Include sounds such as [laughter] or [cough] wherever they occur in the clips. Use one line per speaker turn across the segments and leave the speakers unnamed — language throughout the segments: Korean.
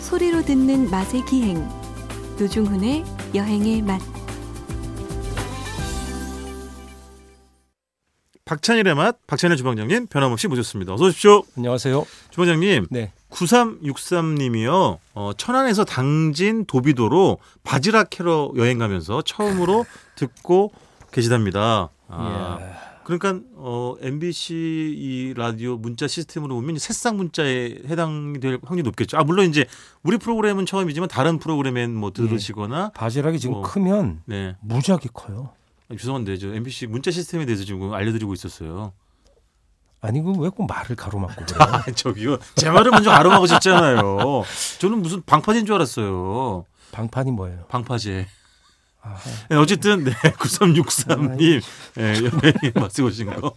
소리로 듣는 맛의 기행 노중훈의 여행의 맛
박찬일의 맛, 박찬일 주방장님 변함없이 모셨습니다. 어서 오십시오.
안녕하세요.
주방장님,
네.
9363님이요. 어, 천안에서 당진 도비도로 바지락 캐러 여행 가면서 처음으로 듣고 계시답니다. 아,
예.
그러니까 어, MBC 이 라디오 문자 시스템으로 보면 새싹 문자에 해당이 될 확률이 높겠죠. 아 물론 이제 우리 프로그램은 처음이지만 다른 프로그램엔 뭐 들으시거나
바지락이 지금
어.
크면
네
무지하게 커요.
아, 죄송한데 저 MBC 문자 시스템에 대해서 지금 알려드리고 있었어요.
아니 그 왜 꼭 말을
[laughs]
가로막고 그래요?
아 저기요 제 말을 먼저 아름하고셨잖아요. 저는 무슨 방파제인 줄 알았어요.
방판이 뭐예요?
방파제.
아,
네, 어쨌든 네, 9363님 예, 연예인 말씀 오신 거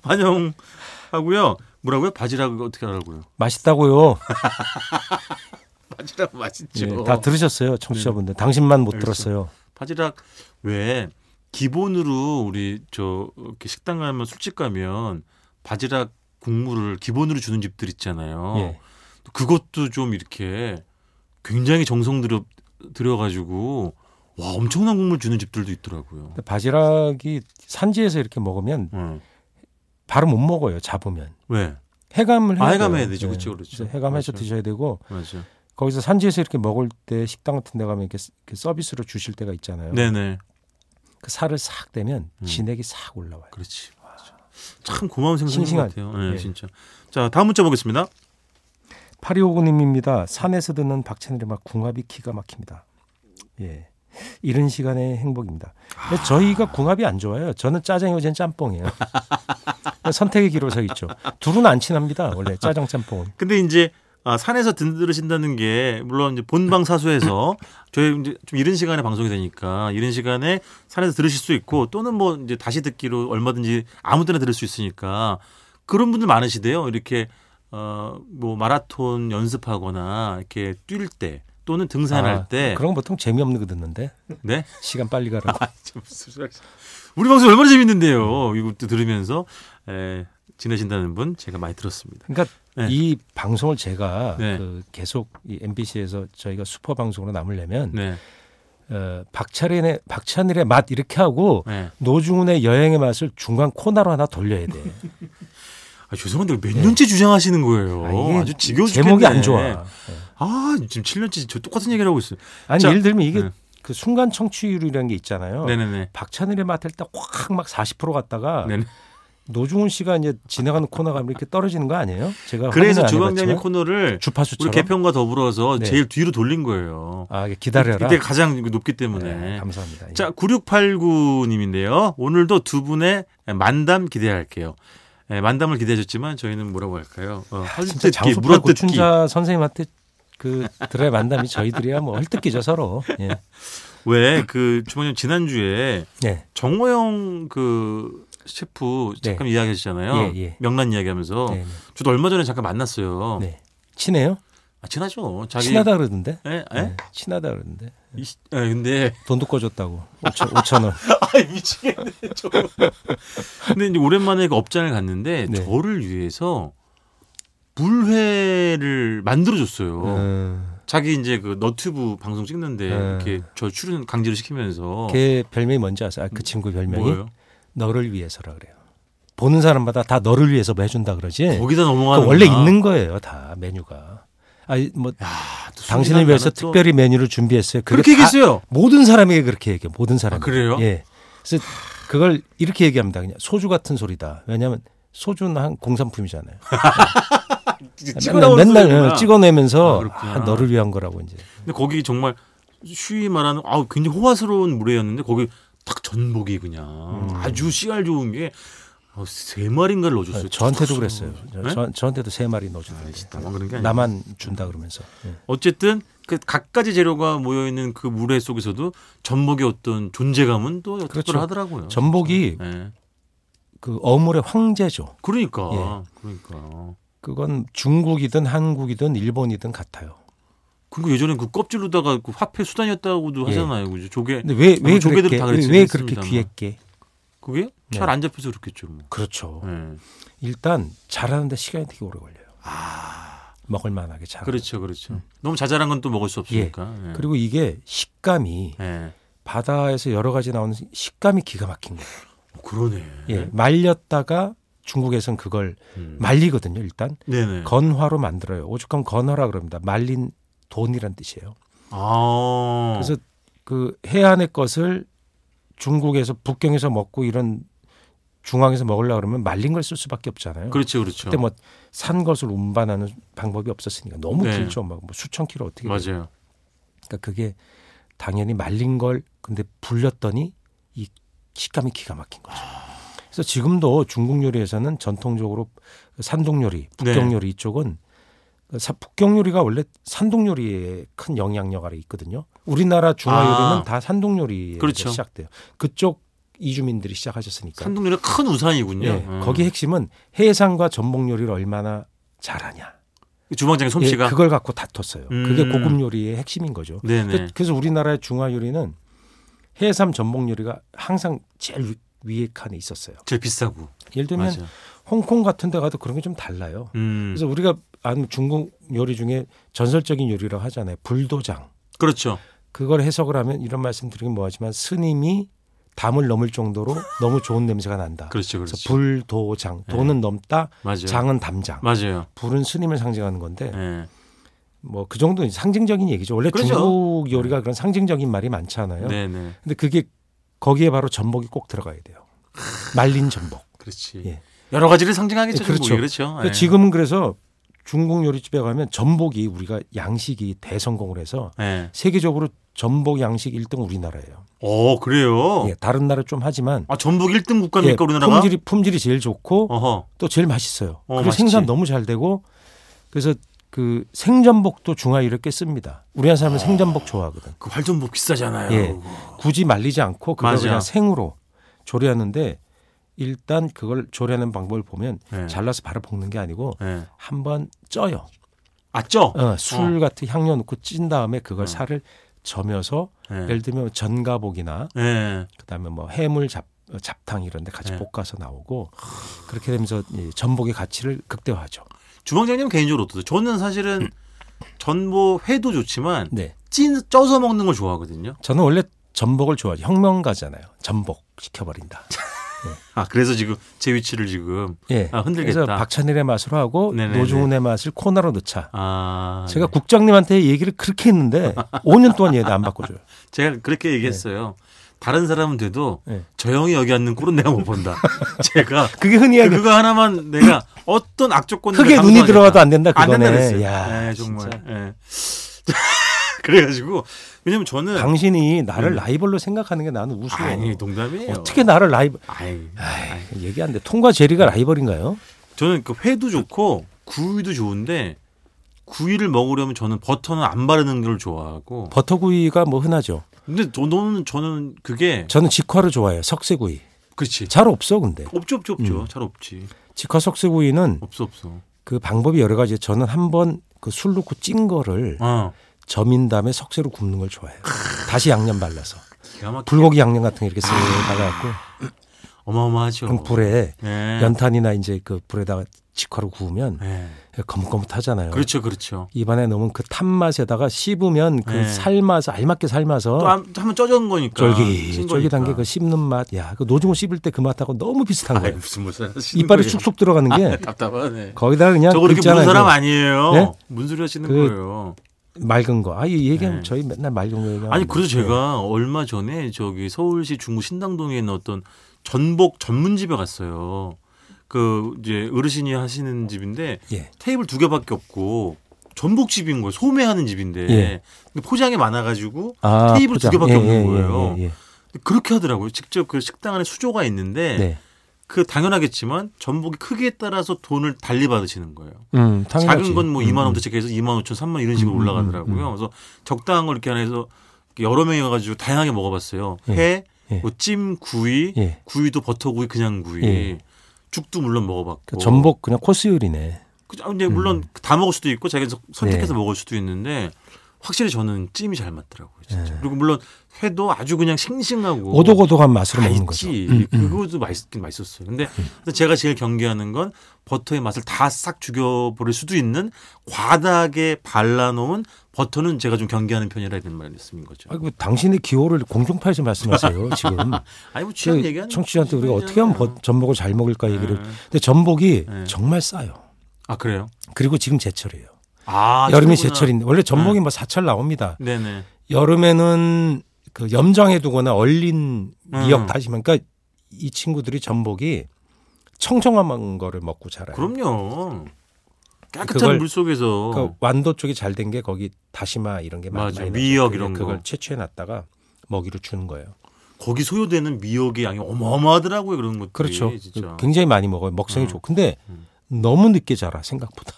환영하고요. 뭐라고요? 바지락 어떻게 하라고요?
맛있다고요.
바지락 맛있죠. 네.
예, 다 들으셨어요, 청취자분들. 당신만 못
알겠습니다.
들었어요.
바지락 왜 기본으로 우리 저 이렇게 식당 가면 술집 가면 바지락 국물을 기본으로 주는 집들 있잖아요.
예.
그것도 좀 이렇게 굉장히 정성 들여 들여가지고 와 엄청난 국물 주는 집들도 있더라고요.
근데 바지락이 산지에서 이렇게 먹으면
응.
바로 못 먹어요. 잡으면
왜?
해감을 해야
아, 해감해야
돼요.
되죠.
예.
그렇죠, 그렇죠.
그래서 해감해서
그렇죠.
드셔야 되고
맞아.
거기서 산지에서 이렇게 먹을 때 식당 같은 데 가면 이렇게, 스- 이렇게 서비스로 주실 때가 있잖아요.
네네.
그 살을 싹 대면
음.
진액이 싹 올라와요.
그렇지. 맞아. 참 고마운 생각인 것
싱싱한.
같아요. 네,
예.
진짜. 자 다음 문자 보겠습니다.
파리오구님입니다. 산에서 듣는 박찬일의 막 궁합이 기가 막힙니다. 예. 이른 시간의 행복입니다. 근데 저희가 궁합이 안 좋아요. 저는 짜장이고 쟤는 짬뽕이에요.
[laughs]
선택의 기로서 있죠. 둘은 안 친합니다. 원래 짜장 짬뽕은.
근데 이제 아, 산에서 든- 들으신다는 게 물론 이제 본방
[laughs]
사수에서 저희 이제 좀 이른 시간에 방송이 되니까 이른 시간에 산에서 들으실 수 있고 또는 뭐 이제 다시 듣기로 얼마든지 아무 때나 들을 수 있으니까 그런 분들 많으시대요. 이렇게 어뭐 마라톤 연습하거나 이렇게 뛸 때 또는 등산할
아,
때
그런 건 보통 재미없는 거 듣는데
네. [laughs] 아,
시간 빨리 가라고.
참 무슨 소리 하시- 우리 방송 얼마나 재밌는데요. 이것도 들으면서 에, 지내신다는 분 제가 많이 들었습니다.
그러니까
네.
이 방송을 제가
네.
그 계속 이 MBC에서 저희가 슈퍼 방송으로 남으려면
네.
어, 박찬일의 박찬일의 맛 이렇게 하고
네.
노중훈의 여행의 맛을 중간 코너로 하나 돌려야 돼.
아, 죄송한데 몇 년째 주장하시는 거예요?
네. 아, 이게
아주 지겨워 죽겠네.
제목이 안 좋아. 예.
아, 지금 7년째 저 똑같은 얘기를 하고 있어요.
아니
자,
예를 들면 이게
네.
그 순간 청취율이라는 게 있잖아요.
네네네.
박찬일의 맛을 딱확막 40% 갔다가
네네.
노중훈 씨가 이제 진행하는 코너가 이렇게 떨어지는 거 아니에요? 제가
그래서
확인은 안
주방장님
해봤지만
코너를 우리
주파수처럼
개편과 더불어서
네.
제일 뒤로 돌린 거예요.
아 기다려라.
그때 가장 높기 때문에.
네, 감사합니다.
자, 9689님인데요. 오늘도 두 분의 만담 기대할게요. 예, 만담을 기대하셨지만 저희는 뭐라고 할까요? 어,
진짜
헐뜯기,
장수파
물어뜯기.
고춘자 선생님한테 그 들어야 만담이 저희들이야 뭐 헐뜯기죠 서로. 예.
왜 그 주방장님 지난주에
예.
정호영 그 셰프 잠깐 이야기하셨잖아요.
네. 예, 예.
명란 이야기하면서
네, 네.
저도 얼마 전에 잠깐 만났어요.
네. 친해요?
아, 친하죠. 자기
친하다 그러던데.
예? 예?
네, 친하다 그러던데.
이 시- 예, 근데 [laughs]
돈도 꺼줬다고. 5천, 5천 원.
아 미치겠네. 저. 근데 이제 오랜만에 그 업장을 갔는데
네.
저를 위해서 물회를 만들어 줬어요.
음,
자기 이제 그 너튜브 방송 찍는데
네.
이렇게 저 출연 강제로 시키면서
걔 별명이 뭔지 아세요? 아, 그 친구 별명이
어. 음. 뭐예요?
너를 위해서라 그래요. 보는 사람마다 다 너를 위해서 뭐 해준다 그러지.
거기다 뭐
그러니까
넘어가는
원래 있는 거예요, 다 메뉴가. 아니 뭐 당신을 위해서 특별히 메뉴를 준비했어요. 그게
그렇게
다
얘기했어요.
모든 사람에게 그렇게 얘기해. 요 모든 사람.
아, 그래요?
예. 그래서 그걸 이렇게 얘기합니다. 그냥 소주 같은 소리다. 왜냐하면 소주는 한 공산품이잖아요. 맨날, 맨날 어,
아,
찍어내면서
그렇구나.
아, 너를 위한 거라고 이제.
근데 거기 정말 쉬이 말하는 아 굉장히 호화스러운 무례였는데 거기 딱 전복이 그냥
음.
아주 씨알 좋은 게세 마리인가를 넣어줬어요.
어, 저한테도
쭉
그랬어요. 저,
네?
저- 저한테도 세 마리 넣어주는데
쏙. 나만 그런 게 아니야.
나만 준다 그러면서. 예.
어쨌든 그 각가지 재료가 모여 있는 그 물회 속에서도 전복의 어떤 존재감은 또
그렇죠.
특별하더라고요.
전복이
예.
그 어물의 황제죠.
그러니까
예.
그러니까.
그건 중국이든 한국이든 일본이든 같아요.
그리고 예전에 그 껍질로다가 그 화폐 수단이었다고도
예.
하잖아요. 그죠? 조개
근데 왜
아마
왜
조개들은
그렇게
다
왜,
그랬을
왜
수도
그렇게
있습니다만.
귀했게?
그게
네.
잘 안 잡혀서 그렇겠죠. 뭐.
그렇죠.
예.
일단 잘하는데 시간이 되게 오래 걸려요. 먹을 만하게 잘.
아. 그렇죠, 그렇죠. 너무 자잘한 건 또 먹을 수 없으니까. 예.
음. 그리고 이게 식감이
예.
바다에서 여러 가지 나오는 식감이 기가 막힌 거예요.
어, 그러네.
예, 말렸다가 중국에선 그걸
음.
말리거든요. 일단
네네.
건화로 만들어요. 오죽하면 건화라 그럽니다. 말린 돈이란 뜻이에요.
아.
그래서 그 해안의 것을 중국에서 북경에서 먹고 이런 중앙에서 먹으려고 그러면 말린 걸 쓸 수밖에 없잖아요.
그렇죠, 그렇죠.
그때 뭐 산 것을 운반하는 방법이 없었으니까 너무
네.
길죠. 막뭐 수천 킬로 어떻게.
맞아요.
그러니까 그게 당연히 말린 걸 근데 불렸더니 이 식감이 기가 막힌 거죠. 그래서 지금도 중국 요리에서는 전통적으로 산동 요리, 북경
네.
요리 이쪽은 그 사- 북경 요리가 원래 산동 요리에 큰 영향력 아래 있거든요. 우리나라 중화
아.
요리는 다 산동 요리에서
그렇죠.
시작돼요. 그쪽 이주민들이 시작하셨으니까.
산동네가 큰 우산이군요.
예,
음.
거기 핵심은 해상과 전복 요리를 얼마나 잘하냐.
주방장의
예,
솜씨가.
그걸 갖고 다퉜어요. 그게
음.
고급 요리의 핵심인 거죠.
네네.
그- 그래서 우리나라의 중화 요리는 해삼 전복 요리가 항상 제일 위- 위에 칸에 있었어요.
제일 비싸고.
예를 들면
맞아요.
홍콩 같은 데 가도 그런 게 좀 달라요.
음.
그래서 우리가 아는 중국 요리 중에 전설적인 요리라고 하잖아요. 불도장.
그렇죠.
그걸 해석을 하면 이런 말씀 드리긴 뭐하지만 스님이 담을 넘을 정도로 너무 좋은 냄새가 난다.
그렇죠,
래서
그렇죠.
불도장. 도는 넘다,
맞아요.
장은 담장.
맞아요.
불은 스님을 상징하는 건데
예.
뭐 그 정도는 상징적인 얘기죠. 원래
그렇죠.
중국 요리가 그런 상징적인 말이 많잖아요.
네네.
근데 그게 거기에 바로 전복이 꼭 들어가야 돼요. 말린 전복.
그렇지.
예.
여러 가지를 상징하겠죠.
예, 그렇죠.
그렇죠. 그렇죠.
그러니까
예.
지금은 그래서 중국 요리집에 가면 전복이 우리가 양식이 대성공을 해서
예.
세계적으로 전복 양식 1등 우리나라예요.
어, 그래요.
예, 다른 나라 좀 하지만
아, 전북 1등
예,
국가입니까 우리나라가?
품질이 품질이 제일 좋고
어허.
또 제일 맛있어요.
어,
그리고
맛있지.
생산 너무 잘 되고 그래서 그 생전복도 중화요리에 꽤 씁니다. 우리나라 사람은 생전복 좋아하거든.
그 활전복 비싸잖아요.
예. 굳이 말리지 않고 그걸
맞아.
그냥 생으로 조리하는데 일단 그걸 조리하는 방법을 보면
네.
잘라서 바로 볶는 게 아니고
예.
한번 쪄요.
아죠? 음.
어, 술 같은 향료 넣고 찐 다음에 그걸
어.
살을 저며서
예.
예를 들면 전가복이나
예.
그다음에 뭐 해물 잡 어, 잡탕 이런 데 같이
네.
볶아서 나오고 그렇게 되면서 이 전복의 가치를 극대화하죠.
음. 주방장님 개인적으로 어떠세요? 저는
음.
사실은 전보 뭐 회도 좋지만
네.
찐 쪄서 먹는 걸 좋아하거든요.
저는 원래 전복을 좋아해요. 혁명가잖아요. 전복 시켜버린다.
아 그래서 지금 제 위치를 지금
예.
아, 흔들겠다.
그래서 박찬일의 맛으로 하고
네네네.
노중훈의 맛을 코너로 넣자.
아
제가 국장님한테 얘기를 그렇게 했는데 5년 동안 얘한테 안 바꿔줘요.
네. 제가 그렇게 얘기했어요. 다른 사람은 돼도
네.
저 형이 여기 앉는 꼴은 내가 못
[laughs]
본다. 제가
그게 흔히 하는
그거 하나만 내가 어떤 악조건
흙에 눈이 들어가도 안 된다
안 된다
그거네.
그랬어요.
야,
예, 정말.
진짜.
예. [laughs] 그래가지고 왜냐면 저는
당신이 나를
음.
라이벌로 생각하는 게 나는 우스워.
아니 농담이에요.
어떻게 나를 라이벌?
아이, 아이.
얘기 안 돼. 통과 제리가 라이벌인가요?
저는 그 회도 좋고 구이도 좋은데 구이를 먹으려면 저는 버터는 안 바르는 걸 좋아하고
버터구이가 뭐 흔하죠.
근데 저는 저는 그게
저는 직화를 좋아해요. 석쇠구이.
그렇지
잘 없어 근데.
없지 없지 없죠
음.
잘 없지
직화 석쇠구이는
없어 없어
그 방법이 여러 가지예요. 저는 한 번 그 술 넣고 찐 거를
아
저민 다음에 석쇠로 굽는 걸 좋아해요. 다시 양념 발라서.
기가 막
불고기 양념 같은 거 이렇게 쓱
아.
발라갖고
어마어마하죠
그럼 불에
예.
연탄이나 이제 그 불에다가 직화로 구우면
예.
거뭇거뭇하잖아요.
그렇죠 그렇죠
입안에 넣으면 그 탄 맛에다가 씹으면 그
네.
삶아서 알맞게
또
삶아서
한- 한번 쪄준 거니까
어. 쫄깃
찐
쫄깃한
거니까.
게 그 씹는 맛. 야, 그 노중호 씹을 때 그 맛하고 너무 비슷한
아이,
거예요.
무슨 무슨 하시는
이빨이
거예요.
쑥쑥 들어가는 게
[laughs] 답답하네
거기다가 그냥
저 그렇게 무는
있잖아요.
사람 아니에요
네?
문 소리 하시는
그-
거예요
맑은 거. 아, 이 얘기하면
네.
저희 맨날 맑은 거 얘기하면
아니
안
그래서
돼요.
제가 얼마 전에 저기 서울시 중구 신당동에 있는 어떤 전복 전문집에 갔어요. 그 이제 어르신이 하시는 집인데
예.
테이블 두 개밖에 없고 전복집인 거예요. 소매하는 집인데
예.
근데 포장이 많아가지고
아,
테이블
포장.
두 개밖에
예,
없는
예, 예,
거예요.
예, 예.
그렇게 하더라고요. 직접 그 식당 안에 수조가 있는데
네.
그 당연하겠지만 전복이 크기에 따라서 돈을 달리 받으시는 거예요.
음, 당연하지.
작은 건 뭐
음,
2만
음.
원부터 해서 2만 5천, 3만 이런 식으로
음, 음,
올라가더라고요.
음.
그래서 적당한 걸 이렇게 하나 해서 여러 명이 와가지고 다양하게 먹어봤어요.
예,
회,
예.
뭐 찜, 구이,
예.
구이도 버터구이, 그냥 구이,
예.
죽도 물론 먹어봤고.
그 전복 그냥 코스 요리네. 음.
그, 아, 근데 물론 다 먹을 수도 있고 자기가 서- 선택해서
네.
먹을 수도 있는데 확실히 저는 찜이 잘 맞더라고요. 진짜.
예.
그리고 물론 회도 아주 그냥 싱싱하고
오독오독한 맛으로 먹는 거죠.
아, 있지.
음.
그것도 맛있긴 맛있었어요. 근데 제가 제일 경계하는 건 버터의 맛을 다 싹 죽여버릴 수도 있는 과다하게 발라놓은 버터는 제가 좀 경계하는 편이라 이런 말씀인 거죠.
아이고 그 당신의 기호를 공중파에서
[laughs]
말씀하세요 지금.
아니 뭐 취향
그
얘기하는
청취자한테 우리가 어떻게 하면 버-
취향이잖아요.
전복을 잘 먹을까 얘기를.
예.
근데 전복이
네.
정말 싸요.
아 그래요?
그리고 지금 제철이에요.
아 그러구나.
여름이
네.
제철인데 원래 전복이 뭐 사철 나옵니다.
네네.
여름에는 그 염장해 두거나 얼린 미역
음.
다시마. 그러니까 이 친구들이 전복이 청정한 거를 먹고 자라요.
그럼요.
그걸-
깨끗한 물 속에서
그러니까 완도 쪽이 잘 된 게 거기 다시마 이런 게 많이
맞아.
많이
미역
나거든요.
이런 거.
그걸 채취해 놨다가 먹이로 주는 거예요.
거기 소요되는 미역의 양이 어마어마하더라고요 그런 것들이.
그렇죠.
예, 진짜.
굉장히 많이 먹어요. 먹성이
음.
좋고. 근데
음.
너무 늦게 자라 생각보다.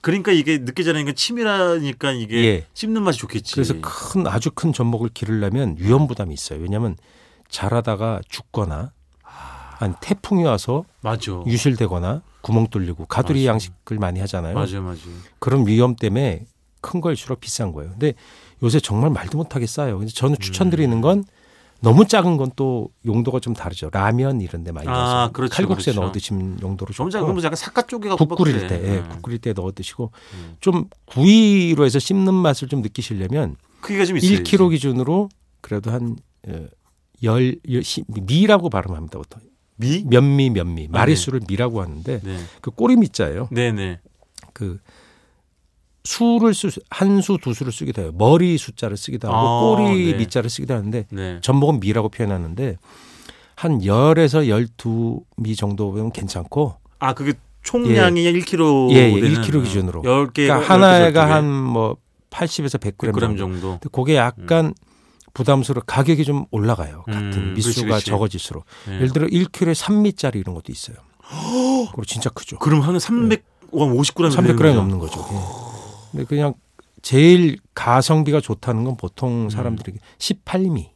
그러니까 이게 늦게 자라니까 침이라니까 이게
예.
씹는 맛이 좋겠지.
그래서 큰 아주 큰 전복을 기르려면 위험 부담이 있어요. 왜냐하면 자라다가 죽거나 아니 태풍이 와서
맞아.
유실되거나 구멍 뚫리고 가두리
어. 맞아요.
양식을 많이 하잖아요.
맞아 맞아.
그런 위험 때문에 큰 걸수록 비싼 거예요. 근데 요새 정말 말도 못하게 싸요. 근데
음.
저는 추천드리는 건 너무 작은 건 또 용도가 좀 다르죠. 라면 이런 데 많이
아,
넣어서
그렇죠,
칼국수에
그렇죠.
넣어 드시는 용도로
좀
좋고
전에 그러면 약간 사과 쪽에가
어. 국 끓일
호박돼.
때, 예,
음.
국 끓일 때 넣어 드시고
음.
좀 구이로 해서 씹는 맛을 좀 느끼시려면
크기가 좀 있어요.
1kg 기준으로 그래도 어, 한열 미라고 발음합니다. 보통
미?
몇미 몇미
아,
마리수를 미라고 하는데
네.
그 꼬리 미자예요.
네네.
그 수를 쓰한수두 수를 쓰기도 해요. 머리 숫자를 쓰기도 하고
아,
꼬리
네.
미자를 쓰기도 하는데
네.
전복은 미라고 표현하는데 한 열에서 열두 미 정도 보면 괜찮고
아 그게 총량이 1kg.
예, 예, 1kg 기준으로.
10개.
그러니까 하나가 한 뭐 80에서 100g,
100g
정도.
정도.
근데 그게 약간 부담스러워 가격이 좀 올라가요. 같은
음,
미수가 네.
그렇지, 그렇지.
적어질수록.
예.
예를 들어 1kg에 3미짜리 이런 것도 있어요. 그리고 진짜 크죠.
그럼 한 300, 와 50g
300g 예. 넘는 거죠. 예. 근데 그냥 제일 가성비가 좋다는 건 보통 사람들에게 18미.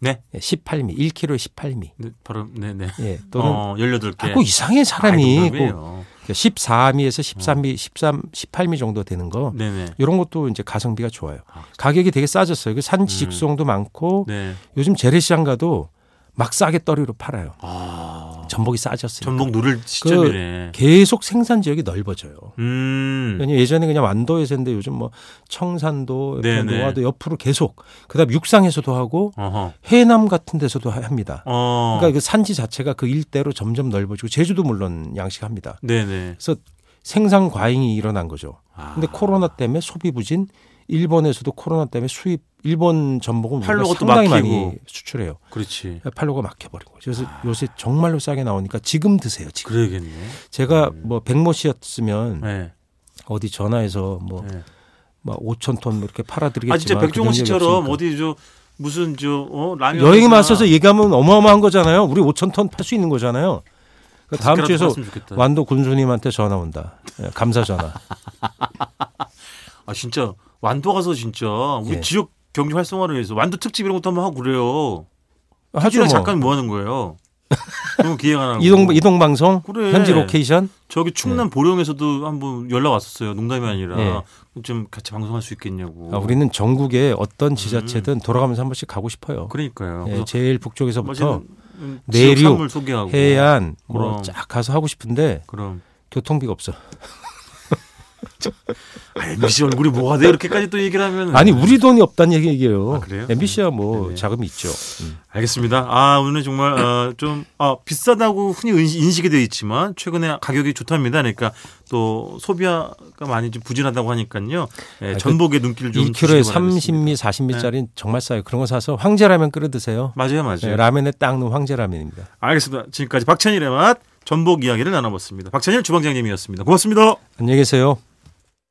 네.
예, 18미. 1kg에 18미.
네, 바로 네네.
예. 또는
어, 18개. 아,
하고 이상해 예. 아, 사람이 어. 꼭
고.
14미에서 13미, 13, 18미 정도 되는 거
네네.
이런 것도 이제 가성비가 좋아요.
아,
가격이 되게 싸졌어요. 그 산지
음.
직송도 많고
네.
요즘 재래시장 가도 막 싸게 떨이로 팔아요.
아.
전복이 싸졌어요.
전복 누를 시점이네.
계속 생산 지역이 넓어져요.
음.
왜냐면 예전에 그냥 완도에서 했는데 요즘 뭐 청산도, 옆에
네네.
노화도 옆으로 계속 그다음 육상에서도 하고
어허.
해남 같은 데서도 하- 합니다.
어.
그러니까 그 산지 자체가 그 일대로 점점 넓어지고 제주도 물론 양식합니다.
네네.
그래서 생산 과잉이 일어난 거죠.
아.
근데 코로나 때문에 소비 부진, 일본에서도 코로나 때문에 수입 일본 전복은 우리가
팔로가 또
상당히 많이
막히고. 아.
수출해요.
그렇지.
팔로가 막혀버린 거죠. 그래서 요새 정말로 싸게 나오니까 지금 드세요. 지금.
그래야겠네.
제가
음.
뭐 백모 씨였으면
네.
어디 전화해서 뭐
네.
막 5천 톤 이렇게
아
팔아드리겠지만
진짜
그
백종원
능력이
씨처럼
없으니까.
어디 저 무슨 저 어, 라면
여행에 맞서서 얘기하면 어마어마한 거잖아요. 우리 5천 톤 팔 수 있는 거잖아요. 그 다음 주에서
완...
완도 군수님한테 전화 온다. 예, 감사 전화.
아 진짜 완도 가서 진짜 우리
예.
지역 경제 활성화를 위해서 완도 특집 이런 것도 한번 하고 그래요.
하죠
주랑
뭐.
잠깐 뭐 하는 거예요? 너무 기회가 나고
이동 예. 이동 방송
아, 뭐. 그래.
현지 로케이션
저기 충남 보령에서도 한번 연락 왔었어요. 농담이 아니라 좀 같이 방송할 수 있겠냐고.
예. 아, 우리는 전국의 어떤 지자체든 돌아가면서 한 번씩 가고 싶어요.
음. 그러니까요.
예,
그래서
제일 북쪽에서부터
멋있는
내륙,
지역 산물 소개하고
해안
그럼.
뭐쫙 가서 하고 싶은데
그럼
교통비가 없어.
아, MBC 얼굴이 뭐가 돼 이렇게까지 또 얘기를 하면
아니 우리 돈이 없다는 얘기예요.
네. 아, 그래요?
MBC야 뭐
네네.
자금이 있죠. 음.
알겠습니다. 아 오늘 정말 어, 좀 아, 비싸다고 흔히 인식- 인식이 돼 있지만 최근에 가격이 좋답니다. 그러니까 또 소비가 많이 좀 부진하다고 하니까요. 예,
그
전복에 눈길을 좀
1kg에
주시기 바라겠습니다. 네.
30미, 40미짜리 정말 싸요. 그런 거 사서 황제라면 끓여 드세요.
맞아요, 맞아요.
네, 라면에 딱 넣은 황제라면입니다.
알겠습니다. 지금까지 박찬일의 맛 전복 이야기를 나눠봤습니다. 박찬일 주방장님이었습니다. 고맙습니다.
안녕히 계세요.